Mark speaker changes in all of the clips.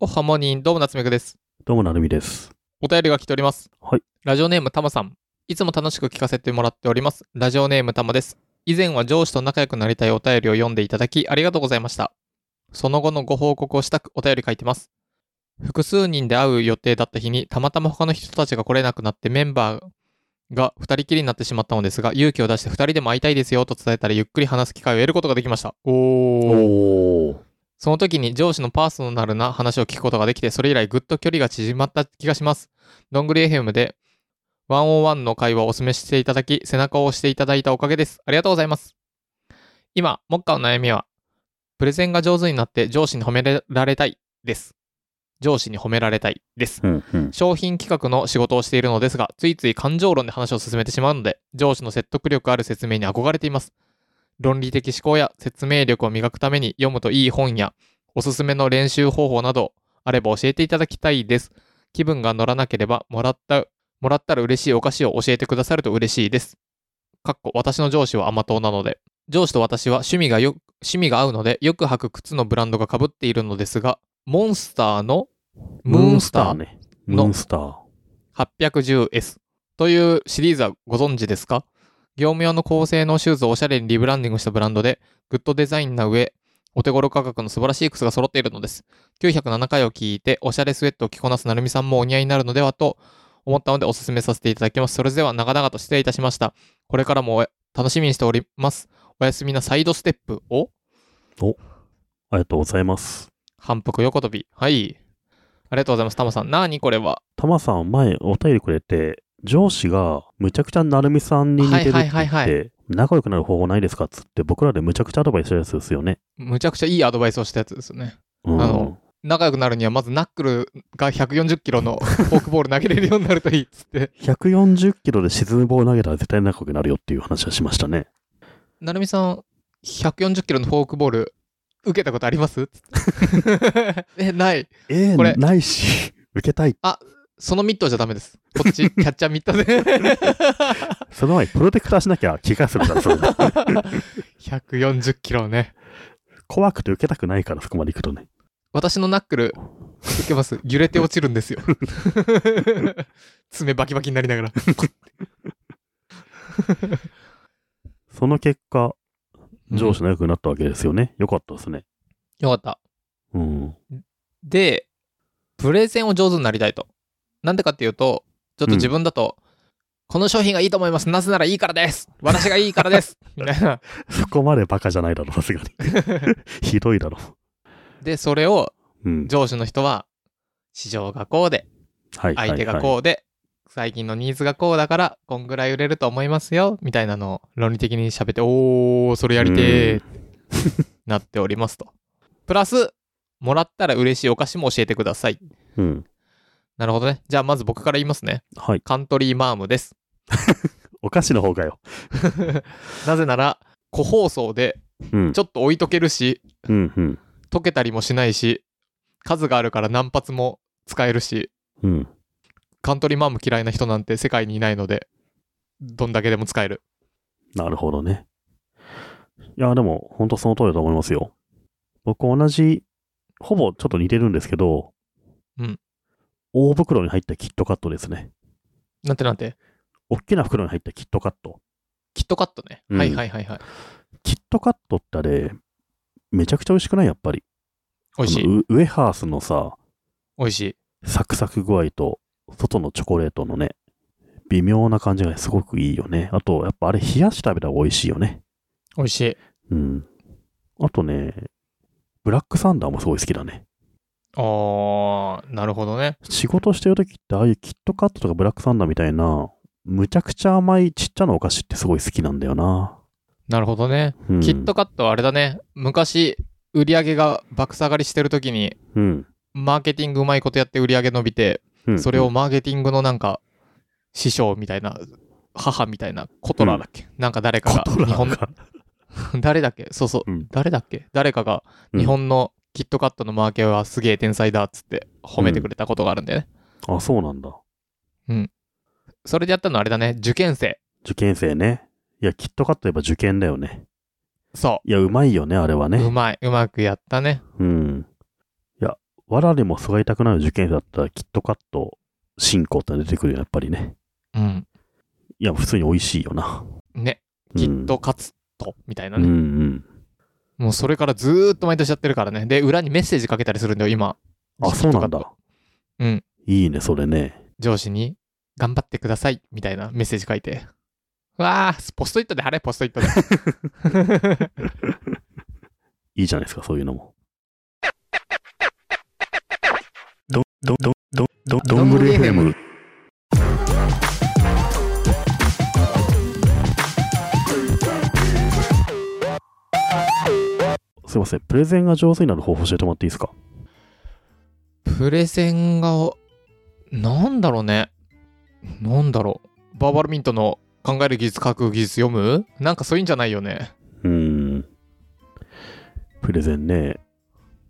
Speaker 1: おはモニン、どうも夏目くです。
Speaker 2: どうもなるみです。
Speaker 1: お便りが来ております。
Speaker 2: はい。
Speaker 1: ラジオネームたまさん。いつも楽しく聞かせてもらっております。ラジオネームたまです。以前は上司と仲良くなりたいお便りを読んでいただき、ありがとうございました。その後のご報告をしたくお便り書いてます。複数人で会う予定だった日に、たまたま他の人たちが来れなくなってメンバーが2人きりになってしまったのですが、勇気を出して2人でも会いたいですよと伝えたら、ゆっくり話す機会を得ることができました。お
Speaker 2: おお。
Speaker 1: その時に上司のパーソナルな話を聞くことができて、それ以来ぐっと距離が縮まった気がします。どんぐり FM で101の会話をお勧めしていただき、背中を押していただいたおかげです。ありがとうございます。今、目下の悩みは、プレゼンが上手になって上司に褒められたいです。上司に褒められたいです。
Speaker 2: うんうん。
Speaker 1: 商品企画の仕事をしているのですが、ついつい感情論で話を進めてしまうので、上司の説得力ある説明に憧れています。論理的思考や説明力を磨くために読むといい本や、おすすめの練習方法などあれば教えていただきたいです。気分が乗らなければ、もらった、もらったら嬉しいお菓子を教えてくださると嬉しいです。かっこ私の上司は甘党なので、上司と私は趣味がよ、趣味が合うので、よく履く靴のブランドが被っているのですが、モンスターのムーンスター
Speaker 2: ね。ム
Speaker 1: の
Speaker 2: ーンスター。
Speaker 1: 810S というシリーズはご存知ですか業務用の高性能シューズをおしゃれにリブランディングしたブランドで、グッドデザインな上、お手頃価格の素晴らしい靴が揃っているのです。907回を聞いて、おしゃれスウェットを着こなすなるみさんもお似合いになるのではと思ったのでお勧めさせていただきます。それでは長々と失礼いたしました。これからもお楽しみにしております。おやすみなサイドステップを
Speaker 2: ありがとうございます。
Speaker 1: 反復横跳び。はい。ありがとうございます。タマさん。なにこれは。
Speaker 2: たまさん、前お便りくれて、上司がむちゃくちゃなるみさんに似てるって言って、
Speaker 1: はいはいはい
Speaker 2: 仲良くなる方法ないですかっつって、僕らでむちゃくちゃアドバイスしたやつですよね。
Speaker 1: むちゃくちゃいいアドバイスをしたやつですよね。
Speaker 2: うん。
Speaker 1: あの仲良くなるにはまずナックルが140キロのフォークボール投げれるようになるといいっつって
Speaker 2: 140キロで沈む棒を投げたら絶対仲良くなるよっていう話はしましたね。
Speaker 1: 成美さん140キロのフォークボール受けたことありますつって えない
Speaker 2: え
Speaker 1: これ
Speaker 2: ー、ないし、受けたい。
Speaker 1: そのミットじゃダメですこっち キャッチャーミットで
Speaker 2: その前にプロテクターしなきゃ怪我するから、それ
Speaker 1: 140キロね
Speaker 2: 怖くて受けたくないから、そこまで行くとね。
Speaker 1: 私のナックル受けます揺れて落ちるんです よ爪バキバキになりながら
Speaker 2: その結果、上司仲良くなったわけですよね。よかったですね。
Speaker 1: よかった
Speaker 2: うん。
Speaker 1: で、プレゼンを上手になりたいと。なんでかっていうと、ちょっと自分だと、この商品がいいと思います。なぜならいいからです。私がいいから です。みたいな。
Speaker 2: そこまでバカじゃないだろ、さすがに。ひどいだろ。
Speaker 1: で、それを
Speaker 2: うん。
Speaker 1: 上司の人は、市場がこうで、
Speaker 2: はい。
Speaker 1: 相手が
Speaker 2: はい
Speaker 1: こうで、最近のニーズがこうだから、こんぐらい売れると思いますよ。みたいなのを論理的に喋って、おー、それやりてーってなっておりますと。プラス、もらったら嬉しいお菓子も教えてください。
Speaker 2: はいうん。
Speaker 1: なるほどね。じゃあ、まず僕から言いますね。
Speaker 2: はい。
Speaker 1: カントリーマームです。
Speaker 2: お菓子の方かよ。
Speaker 1: なぜなら、個包装で、
Speaker 2: うん。
Speaker 1: ちょっと置いとけるし、
Speaker 2: うん、うん。
Speaker 1: 溶けたりもしないし、数があるから何発も使えるし、
Speaker 2: うん。
Speaker 1: カントリーマーム嫌いな人なんて世界にいないので、どんだけでも使える。
Speaker 2: なるほどね。いや、でも、本当その通りだと思いますよ。僕、同じ、ほぼちょっと似てるんですけど、
Speaker 1: うん。
Speaker 2: 大袋に入ったキットカットですね。
Speaker 1: なんてなんて、
Speaker 2: 大きな袋に入ったキットカット。
Speaker 1: キットカットね。
Speaker 2: うん
Speaker 1: はいはいはいはい。
Speaker 2: キットカットってあれ、めちゃくちゃ美味しくないやっぱり。
Speaker 1: 美味し
Speaker 2: あ
Speaker 1: い。
Speaker 2: のウウエハースのさ、
Speaker 1: 美味しい。
Speaker 2: サクサク具合と、外のチョコレートのね、微妙な感じがすごくいいよね。あと、やっぱあれ、冷やして食べたら美味しいよね。
Speaker 1: 美味しい。
Speaker 2: うん。あとね、ブラックサンダーもすごい好きだね。
Speaker 1: あー、なるほどね。
Speaker 2: 仕事してる時って、ああいうキットカットとかブラックサンダーみたいな、むちゃくちゃ甘いちっちゃなお菓子ってすごい好きなんだよな。
Speaker 1: なるほどね。
Speaker 2: うん、
Speaker 1: キットカットはあれだね。昔、売り上げが爆下がりしてる時に、
Speaker 2: うん、
Speaker 1: マーケティングうまいことやって売り上げ伸びて、
Speaker 2: うん
Speaker 1: それを、マーケティングのなんか、師匠みたいな、母みたいな、コトラーだっけ、なんか誰か
Speaker 2: コ
Speaker 1: が、
Speaker 2: トラ
Speaker 1: 日本
Speaker 2: ー、が
Speaker 1: 誰だっけそうそう、
Speaker 2: うん
Speaker 1: 誰だっけ誰かが、日本のキットカットのマーケはすげえ天才だっつって褒めてくれたことがあるんだよね。
Speaker 2: あ、そうなんだ。
Speaker 1: それでやったのあれだね、受験生。
Speaker 2: 受験生ね。いや、キットカットといえば受験だよね。
Speaker 1: そ
Speaker 2: いや、うまいよね、あれは
Speaker 1: う、
Speaker 2: ね。
Speaker 1: うまい、うまくやったね。
Speaker 2: うん。いや、わらでもすがりたくなる受験生だったら、キットカット、進行ってのが出てくるよ、やっぱりね。
Speaker 1: うん。
Speaker 2: いや、普通に美味しいよな。
Speaker 1: ね。
Speaker 2: うん
Speaker 1: きっと勝つと、みたいな
Speaker 2: うんう
Speaker 1: ね。
Speaker 2: ん。
Speaker 1: もうそれからずーっと毎年やってるからね。で、裏にメッセージかけたりするんだよ、今。
Speaker 2: あ、そうなん
Speaker 1: きっとカット。
Speaker 2: だ。
Speaker 1: うん。
Speaker 2: いいね、それね。
Speaker 1: 上司に、頑張ってください、みたいなメッセージ書いて。うわあ、ポストイットで貼れ、ポストイット で。
Speaker 2: いいじゃないですか、そういうのも。
Speaker 3: ど、ど、ど、ど、ど、
Speaker 1: どんぐり FM。
Speaker 2: すいません、プレゼンが上手になる方法教えてもらっていいですか
Speaker 1: プレゼンが、なんだろうね。なんだろう。バーバルミントの考える技術、書く技術読むなんかそういうんじゃないよね。
Speaker 2: うーん。プレゼンね。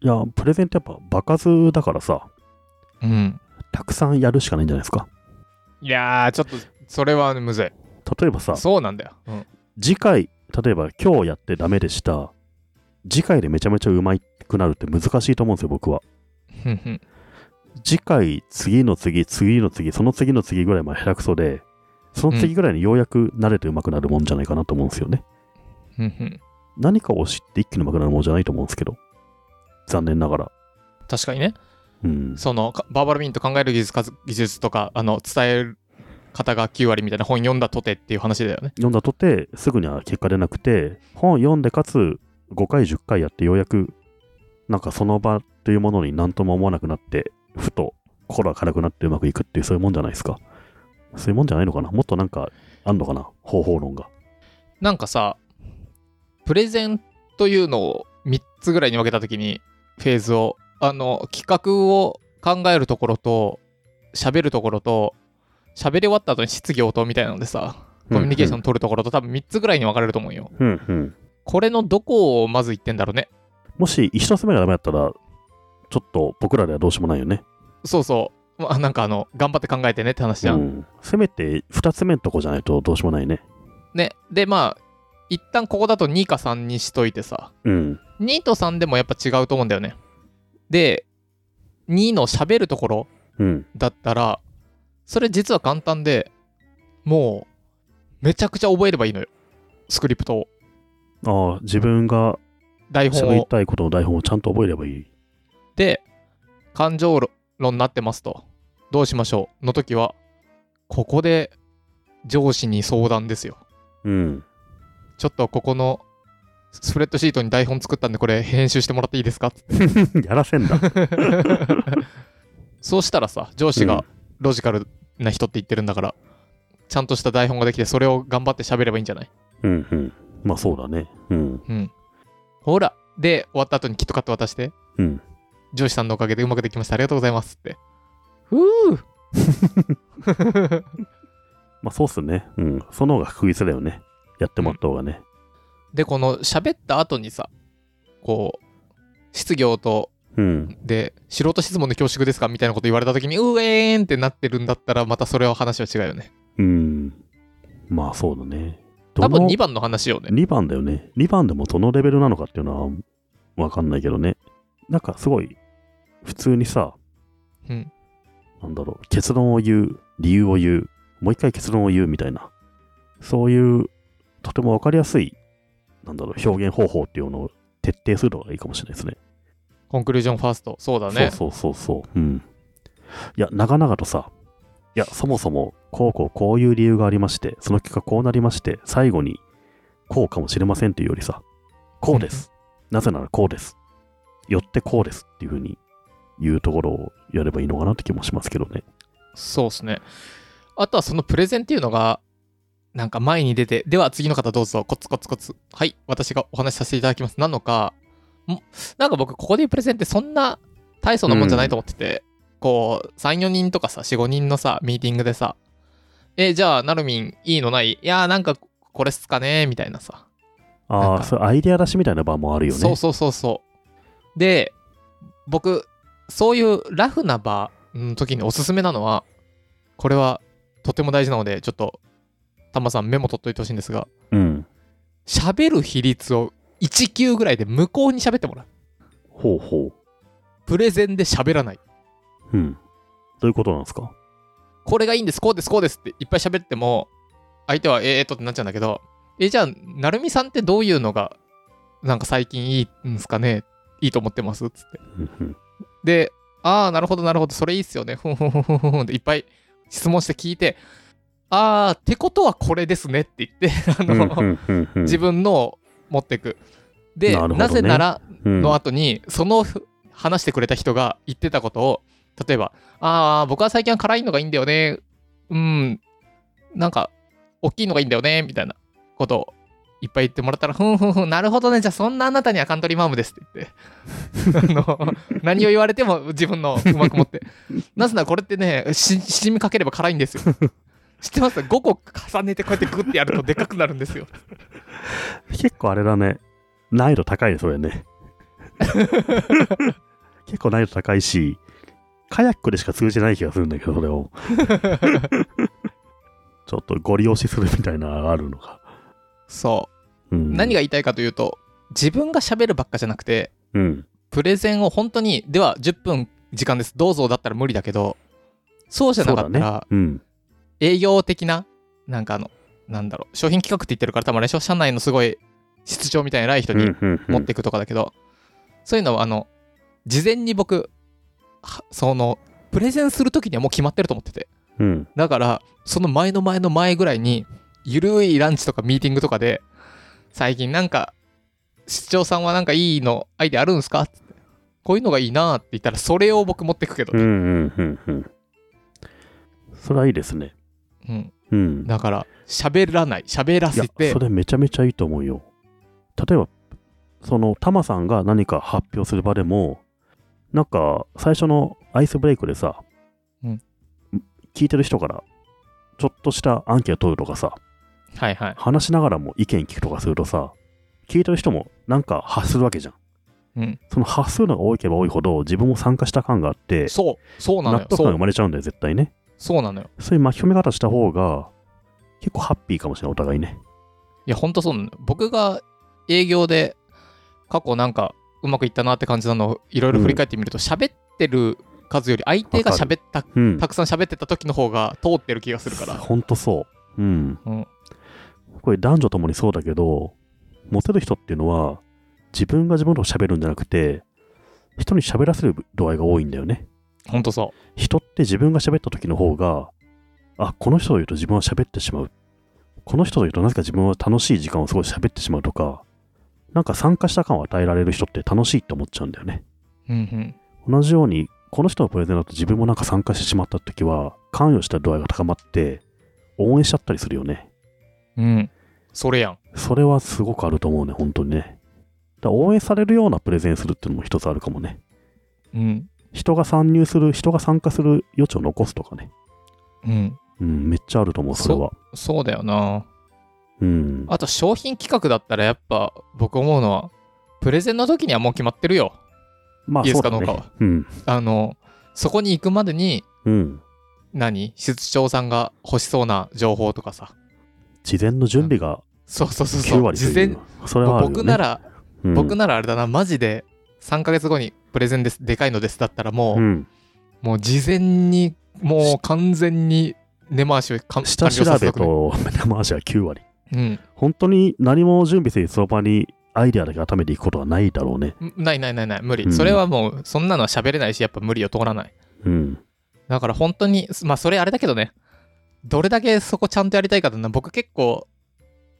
Speaker 2: いや、プレゼンってやっぱ場数だからさ、
Speaker 1: うん。
Speaker 2: たくさんやるしかないんじゃないですか。
Speaker 1: いやー、ちょっと、それはむずい。
Speaker 2: 例えばさ、
Speaker 1: そうなんだよ。うん。
Speaker 2: 次回、例えば今日やってダメでした。次回でめちゃめちゃうまくなるって難しいと思うんですよ、僕は。
Speaker 1: ふんふん
Speaker 2: 次回、次の次、次の次、その次の次ぐらいまで下手くそで、その次ぐらいにようやく慣れてうまくなるもんじゃないかなと思うんですよね。
Speaker 1: ふんふん
Speaker 2: 何かを知って一気にうまくなるもんじゃないと思うんですけど。残念ながら。
Speaker 1: 確かにね、
Speaker 2: うん。
Speaker 1: そのかバーバルミント考える技術か技術とかあの伝える方が9割みたいな本読んだとてっていう話だよね。
Speaker 2: 読んだとてすぐには結果出なくて本読んでかつ5回10回やってようやくなんかその場というものに何とも思わなくなってふと心が軽くなってうまくいくっていうそういうもんじゃないですかそういうもんじゃないのかなもっとなんかあんのかな方法論が
Speaker 1: なんかさプレゼンというのを3つぐらいに分けた時にフェーズをあの企画を考えるところと喋るところと喋り終わった後に質疑応答みたいなのでさコミュニケーション取るところと多分3つぐらいに分かれると思うよ。
Speaker 2: うんうん
Speaker 1: これのどこをまず言ってんだろうね。
Speaker 2: もし一つ目がダメだったらちょっと僕らではどうしようもないよね
Speaker 1: そうそう、まあ、なんかあの頑張って考えてねって話じゃ
Speaker 2: うんん、せめて2つ目のとこじゃないとどうしようもないね
Speaker 1: ね、でまあ一旦ここだと2か3にしといてさ
Speaker 2: うん
Speaker 1: 2と3でもやっぱ違うと思うんだよねで2の喋るところ
Speaker 2: うん
Speaker 1: だったらそれ実は簡単でもうめちゃくちゃ覚えればいいのよスクリプトを
Speaker 2: ああ自分が
Speaker 1: 台
Speaker 2: 喋
Speaker 1: 本
Speaker 2: り
Speaker 1: を
Speaker 2: たいことの台本をちゃんと覚えればいい
Speaker 1: で感情論になってますとどうしましょうの時はここで上司に相談ですよ
Speaker 2: うん
Speaker 1: ちょっとここのスプレッドシートに台本作ったんでこれ編集してもらっていいですか
Speaker 2: やらせんだ。
Speaker 1: そうしたらさ、上司
Speaker 2: うん
Speaker 1: がロジカルな人って言ってるんだから、ちゃんとした台本ができて、それを頑張って喋ればいいんじゃない
Speaker 2: うんうん。まあそうだね。うん。
Speaker 1: うん。ほら、で、終わった後にキットカット渡して、
Speaker 2: うん。
Speaker 1: 上司さんのおかげでうまくできました、ありがとうございますって。ふぅ
Speaker 2: まあそうっすね。うん。その方が確実だよね。やってもらった方がね。
Speaker 1: で、この喋った後にさ、こう、失業と
Speaker 2: うん。
Speaker 1: で、素人質問で恐縮ですかみたいなこと言われた時に、うえーんってなってるんだったら、またそれは話は違うよね。
Speaker 2: うん。まあそうだね。ど
Speaker 1: 多
Speaker 2: の
Speaker 1: 分2番の話よね。
Speaker 2: 2番だよね。2番でもどのレベルなのかっていうのはわかんないけどね。なんかすごい、普通にさ、
Speaker 1: うん。
Speaker 2: なんだろう、結論を言う、理由を言う、もう一回結論を言うみたいな、そういう、とてもわかりやすい、なんだろう、表現方法っていうのを徹底するのがいいかもしれないですね。
Speaker 1: コンクルージョンファースト、そうだね。
Speaker 2: そうそうそうそう。うん。いや、長々とさ、いや、そもそも、こうこうこういう理由がありまして、その結果こうなりまして、最後に、こうかもしれませんっていうよりさ、こうです。なぜならこうです。よってこうですっていうふうに言うところをやればいいのかなって気もしますけどね。
Speaker 1: そうですね。あとはそのプレゼンっていうのが、なんか前に出て、では次の方どうぞ、コツコツコツ。はい、私がお話しさせていただきます。なのか、んなんか僕、ここで言うプレゼンってそんな大層なもんじゃないと思ってて、こう、3、4人とかさ、4、5人のさ、ミーティングでさ、え、じゃあ、なるみん、いいのないいやー、なんか、これっすかねみたいなさ。
Speaker 2: あ
Speaker 1: なん
Speaker 2: あ、
Speaker 1: か
Speaker 2: そういうアイデア出しみたいな場もあるよね。
Speaker 1: そうそうそうそう。で、僕、そういうラフな場の時におすすめなのは、これはとても大事なので、ちょっと、タマさんメモ取っといてほしいんですが、
Speaker 2: うん。
Speaker 1: 喋る比率を1級ぐらいで無効に喋ってもらう。
Speaker 2: ほうほう。
Speaker 1: プレゼンで喋らない。
Speaker 2: うん。どういうことなんですか
Speaker 1: これがいいんです、こうです、こうですっていっぱい喋っても、相手はえー、っとってなっちゃうんだけど、え、じゃあ、なるみさんってどういうのが、なんか最近いいんですかねいいと思ってますつって。
Speaker 2: うんうん
Speaker 1: で、ああ、なるほど、なるほど、それいいっすよね。ふんふんふんふんふんっていっぱい質問して聞いて、ああ、ってことはこれですねって言 って、あ
Speaker 2: うん
Speaker 1: の、
Speaker 2: うんうんうん
Speaker 1: 自分のを持ってく。で、
Speaker 2: な
Speaker 1: な
Speaker 2: るほどね
Speaker 1: ぜなら
Speaker 2: うん
Speaker 1: の後に、その話してくれた人が言ってたことを、例えば、ああ、僕は最近は辛いのがいいんだよね。うん、なんか、大きいのがいいんだよね、みたいなことをいっぱい言ってもらったら、ふんふんふん、なるほどね、じゃあそんなあなたにはカントリーマームですって言 って、あの、何を言われても自分のうまく持って、なぜならこれってね、ししじみかければ辛いんですよ。知ってます ?5 個重ねてこうやってグッてやるとでかくなるんですよ。
Speaker 2: 結構あれだね。難易度高いね、そ れね。結構難易度高いし、カヤックでしか通じない気がするんだけど、そ れを。ちょっとご利用しするみたいなのがあるのか。
Speaker 1: そう。
Speaker 2: うん、
Speaker 1: 何が言いたいかというと自分が喋るばっかじゃなくて
Speaker 2: うん。
Speaker 1: プレゼンを本当にでは10分時間ですどうぞだったら無理だけどそうじゃなかったら、
Speaker 2: うん。
Speaker 1: 営業的ななんかあのなんだろう商品企画って言ってるから多分あれでしょ社内のすごい室長みたいな偉い人に持っていくとかだけど、そういうのはあの事前に僕はそのプレゼンする時にはもう決まってると思ってて
Speaker 2: うん。
Speaker 1: だから、その前の前の前ぐらいに、ゆるいランチとかミーティングとかで、最近なんか、市長さんはなんかいいの、アイデアあるんすかつってこういうのがいいなって言ったら、それを僕持ってくけど
Speaker 2: うん。う
Speaker 1: ね、
Speaker 2: ん。うん。うん。それはいいですね。
Speaker 1: うん。
Speaker 2: うん。
Speaker 1: だから、喋らない、喋ら
Speaker 2: いや
Speaker 1: せて
Speaker 2: そ、れめちゃめちゃいいと思うよ例えばそのタマさんが何か発表する場でもなんか最初のアイスブレイクでさ、
Speaker 1: うん
Speaker 2: 聞いてる人からちょっとしたアンケートを取るとかさ
Speaker 1: はいはい。
Speaker 2: 話しながらも意見聞くとかするとさ聞いてる人もなんか発するわけじゃん
Speaker 1: うん。
Speaker 2: その発するのが多ければ多いほど自分も参加した感があって
Speaker 1: そう、そうなの
Speaker 2: 納
Speaker 1: よ。
Speaker 2: 得感
Speaker 1: そ
Speaker 2: が
Speaker 1: う
Speaker 2: 生、まれちゃうんだよ絶対ね
Speaker 1: そうなのよ。
Speaker 2: そういう巻き込み方した方が結構ハッピーかもしれないお互いね
Speaker 1: いや、ほんとそうなのよ。僕が営業で、過去なんか、うまくいったなって感じなのを、いろいろ振り返ってみると、喋ってる数より、相手が喋った、
Speaker 2: うん
Speaker 1: たくさん喋ってた時の方が通ってる気がするから。
Speaker 2: ほんとそう。うん。
Speaker 1: うん
Speaker 2: これ男女ともにそうだけど、モテる人っていうのは、自分が自分のことを喋るんじゃなくて、人に喋らせる度合いが多いんだよね。
Speaker 1: ほんとそ
Speaker 2: 人って自分が喋った時の方が、あ、この人といると自分は喋ってしまう。この人といるとなぜか自分は楽しい時間をすごい喋ってしまうとか、なんか参加した感を与えられる人って楽しいって思っちゃうんだよね。
Speaker 1: う。うんうん。
Speaker 2: 同じようにこの人のプレゼンだと自分もなんか参加してしまった時は関与した度合いが高まって応援しちゃったりするよね
Speaker 1: うん。それやん。
Speaker 2: それはすごくあると思うね本当にねだから応援されるようなプレゼンするっていうのも一つあるかもね
Speaker 1: うん。
Speaker 2: 人が参入する人が参加する余地を残すとかね
Speaker 1: うん。
Speaker 2: うんめっちゃあると思うそれは
Speaker 1: そうだよな。
Speaker 2: うん
Speaker 1: あと商品企画だったらやっぱ僕思うのは、プレゼンの時にはもう決まってるよ。
Speaker 2: まあ
Speaker 1: イエ
Speaker 2: そ
Speaker 1: ス
Speaker 2: う
Speaker 1: か
Speaker 2: だ
Speaker 1: ノー
Speaker 2: ね
Speaker 1: かは。
Speaker 2: うん
Speaker 1: あの、そこに行くまでに、
Speaker 2: うん
Speaker 1: 何室長さんが欲しそうな情報とかさ。
Speaker 2: 事前の準備が
Speaker 1: そうそうそう
Speaker 2: 9
Speaker 1: そう。
Speaker 2: 割と
Speaker 1: 事
Speaker 2: い
Speaker 1: 前、
Speaker 2: うそれはあるよね
Speaker 1: 僕なら、
Speaker 2: うん
Speaker 1: 僕ならあれだな、マジで3ヶ月後にプレゼンです、でかいのですだったらもう、
Speaker 2: うん
Speaker 1: もう事前に、もう完全に根回しをかん
Speaker 2: 下
Speaker 1: 完
Speaker 2: 調
Speaker 1: 了させ
Speaker 2: べ
Speaker 1: とくね
Speaker 2: と目玉足は9割
Speaker 1: うん。
Speaker 2: 本当に何も準備せずその場にアイデアだけ温めていくことはないだろうね。
Speaker 1: んないないないない無理、
Speaker 2: うん
Speaker 1: それはもうそんなのは喋れないしやっぱ無理を通らない
Speaker 2: うん。
Speaker 1: だから本当にまあそれあれだけどねどれだけそこちゃんとやりたいかだな僕結構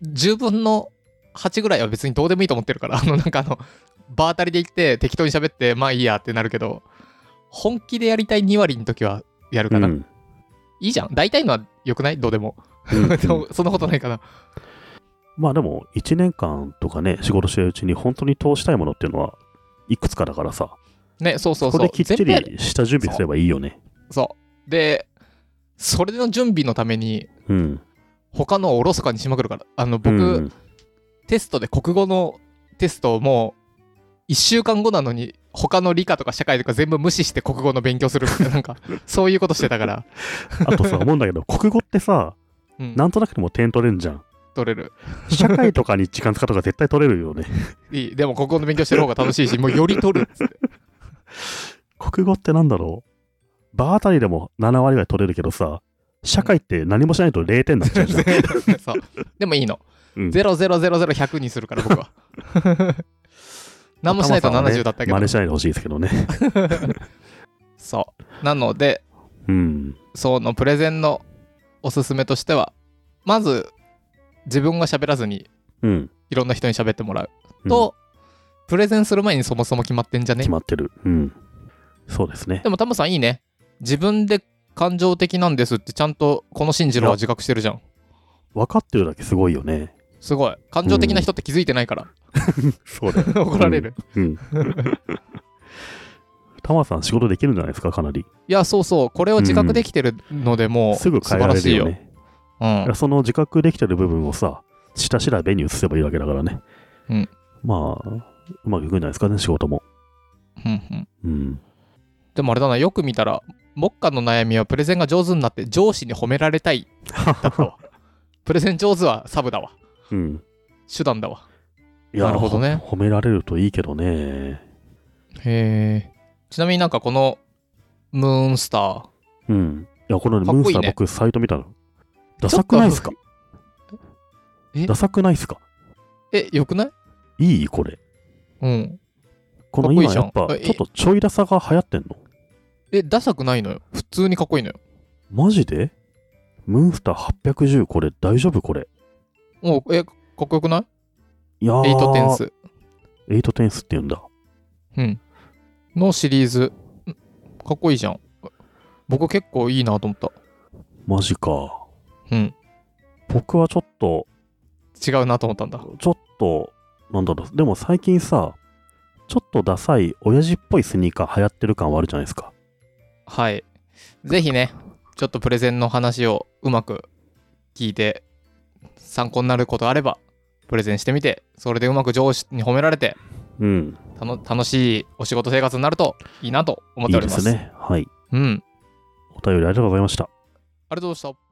Speaker 1: 10分の8ぐらいは別にどうでもいいと思ってるからあ のなんかあの場当たりで行って適当に喋ってまあいいやってなるけど本気でやりたい2割の時はやるかな、
Speaker 2: うん
Speaker 1: いいじゃん大体のは良くないどうでも
Speaker 2: うん
Speaker 1: でもそんなことないかな
Speaker 2: まあでも、1年間とかね、仕事してるうちに本当に通したいものっていうのは、いくつかだからさ、
Speaker 1: ねそうそ
Speaker 2: そう
Speaker 1: そ
Speaker 2: こ
Speaker 1: う
Speaker 2: できっち
Speaker 1: 全部やる
Speaker 2: り下準備すればいいよね。
Speaker 1: そうでそれの準備のために
Speaker 2: うん。
Speaker 1: 他のをおろそかにしまくるからあの僕、
Speaker 2: うん
Speaker 1: テストで国語のテストをもう1週間後なのに他の理科とか社会とか全部無視して国語の勉強するみたいななん かそういうことしてたから、
Speaker 2: あとさ、思うんだけど、国語ってさ、
Speaker 1: うん、
Speaker 2: なんとなくでも点取れるじゃん。
Speaker 1: 取れる
Speaker 2: 社会とかに時間使うとか絶対取れるよね。
Speaker 1: いいでも国語の勉強してる方が楽しいしもうより取るっつって
Speaker 2: 国語ってなんだろう場あたりでも7割ぐらい取れるけどさ、社会って何もしないと0点になっちゃ うじゃん。
Speaker 1: そう。でもいいの。
Speaker 2: うん
Speaker 1: 0000100にするから、僕 は。何もしないと70だったけど
Speaker 2: 真。似しないでほしいですけどね。
Speaker 1: そう。なので、
Speaker 2: うん。
Speaker 1: そのプレゼンのおすすめとしては、まず、自分が喋らずに、
Speaker 2: うん。
Speaker 1: いろんな人に喋ってもらう。と、プレゼンする前にそもそも決まってんじゃね
Speaker 2: 決まってる。うん。そうですね。
Speaker 1: でもタムさんいいね。自分で感情的なんですってちゃんとこの進次郎は自覚してるじゃん。
Speaker 2: 分かってるだけすごいよね。
Speaker 1: すごい。感情的な人って気づいてないから。
Speaker 2: そうだよ。
Speaker 1: 怒られる。
Speaker 2: うん。 タマさん仕事できるんじゃないですか、かなり。
Speaker 1: いや、そうそう。これを自覚できてるのでもう
Speaker 2: す
Speaker 1: 素
Speaker 2: ぐ
Speaker 1: 晴
Speaker 2: 変えら
Speaker 1: ら
Speaker 2: れ
Speaker 1: し
Speaker 2: る
Speaker 1: い
Speaker 2: よ
Speaker 1: よ。
Speaker 2: ね。
Speaker 1: うん。
Speaker 2: その自覚できてる部分をさ、下調べに移せばいいわけだからね。
Speaker 1: うん
Speaker 2: まあ、うまくいくんじゃないですかね、仕事も。
Speaker 1: うんうん
Speaker 2: うん。
Speaker 1: でもあれだな、よく見たら、目下の悩みはプレゼンが上手になって上司に褒められたいだったわ。プレゼン上手はサブだわ。
Speaker 2: うん。
Speaker 1: 手段だわ。
Speaker 2: いや
Speaker 1: なるほどね
Speaker 2: ほ褒められるといいけどね。
Speaker 1: へえ。ちなみになんかこのムーンスター。
Speaker 2: うん。いや、このね
Speaker 1: かっ
Speaker 2: ムー
Speaker 1: こい
Speaker 2: ン
Speaker 1: いね
Speaker 2: スター僕、サイト見たの。ダサくないっすか
Speaker 1: え
Speaker 2: ダサくないっすか
Speaker 1: え、よくない
Speaker 2: いいこれ。
Speaker 1: うん。
Speaker 2: こ
Speaker 1: か
Speaker 2: の
Speaker 1: っこいい
Speaker 2: 今
Speaker 1: じゃ
Speaker 2: や
Speaker 1: ん
Speaker 2: っぱ、
Speaker 1: え
Speaker 2: ちょっとちょいダサが流行ってんの
Speaker 1: え、ダサくないのよ。普通にかっこいいのよ。
Speaker 2: マジでムーンスター810これ大丈夫これ。
Speaker 1: もう、え、かっこよくない
Speaker 2: いやー。
Speaker 1: エイトテン。ス。
Speaker 2: 8テンスって言うんだ。
Speaker 1: うん。のシリーズ。んかっこいいじゃん。僕結構いいなと思った。
Speaker 2: マジか。
Speaker 1: うん。
Speaker 2: 僕はちょっと、
Speaker 1: 違うなと思ったんだ。
Speaker 2: ちょっと、なんだろう。でも最近さ、ちょっとダサい、親父っぽいスニーカー流行ってる感はあるじゃないですか。
Speaker 1: はい。ぜひね、ちょっとプレゼンの話をうまく聞いて、参考になることあれば、プレゼンしてみて、それでうまく上司に褒められて、
Speaker 2: うん。
Speaker 1: たの楽しいお仕事生活になるといいなと思っ
Speaker 2: い
Speaker 1: てお
Speaker 2: い
Speaker 1: り
Speaker 2: で
Speaker 1: ます。
Speaker 2: すね。はい。
Speaker 1: うん。
Speaker 2: お便りありがとうございました。
Speaker 1: ありがとうございました。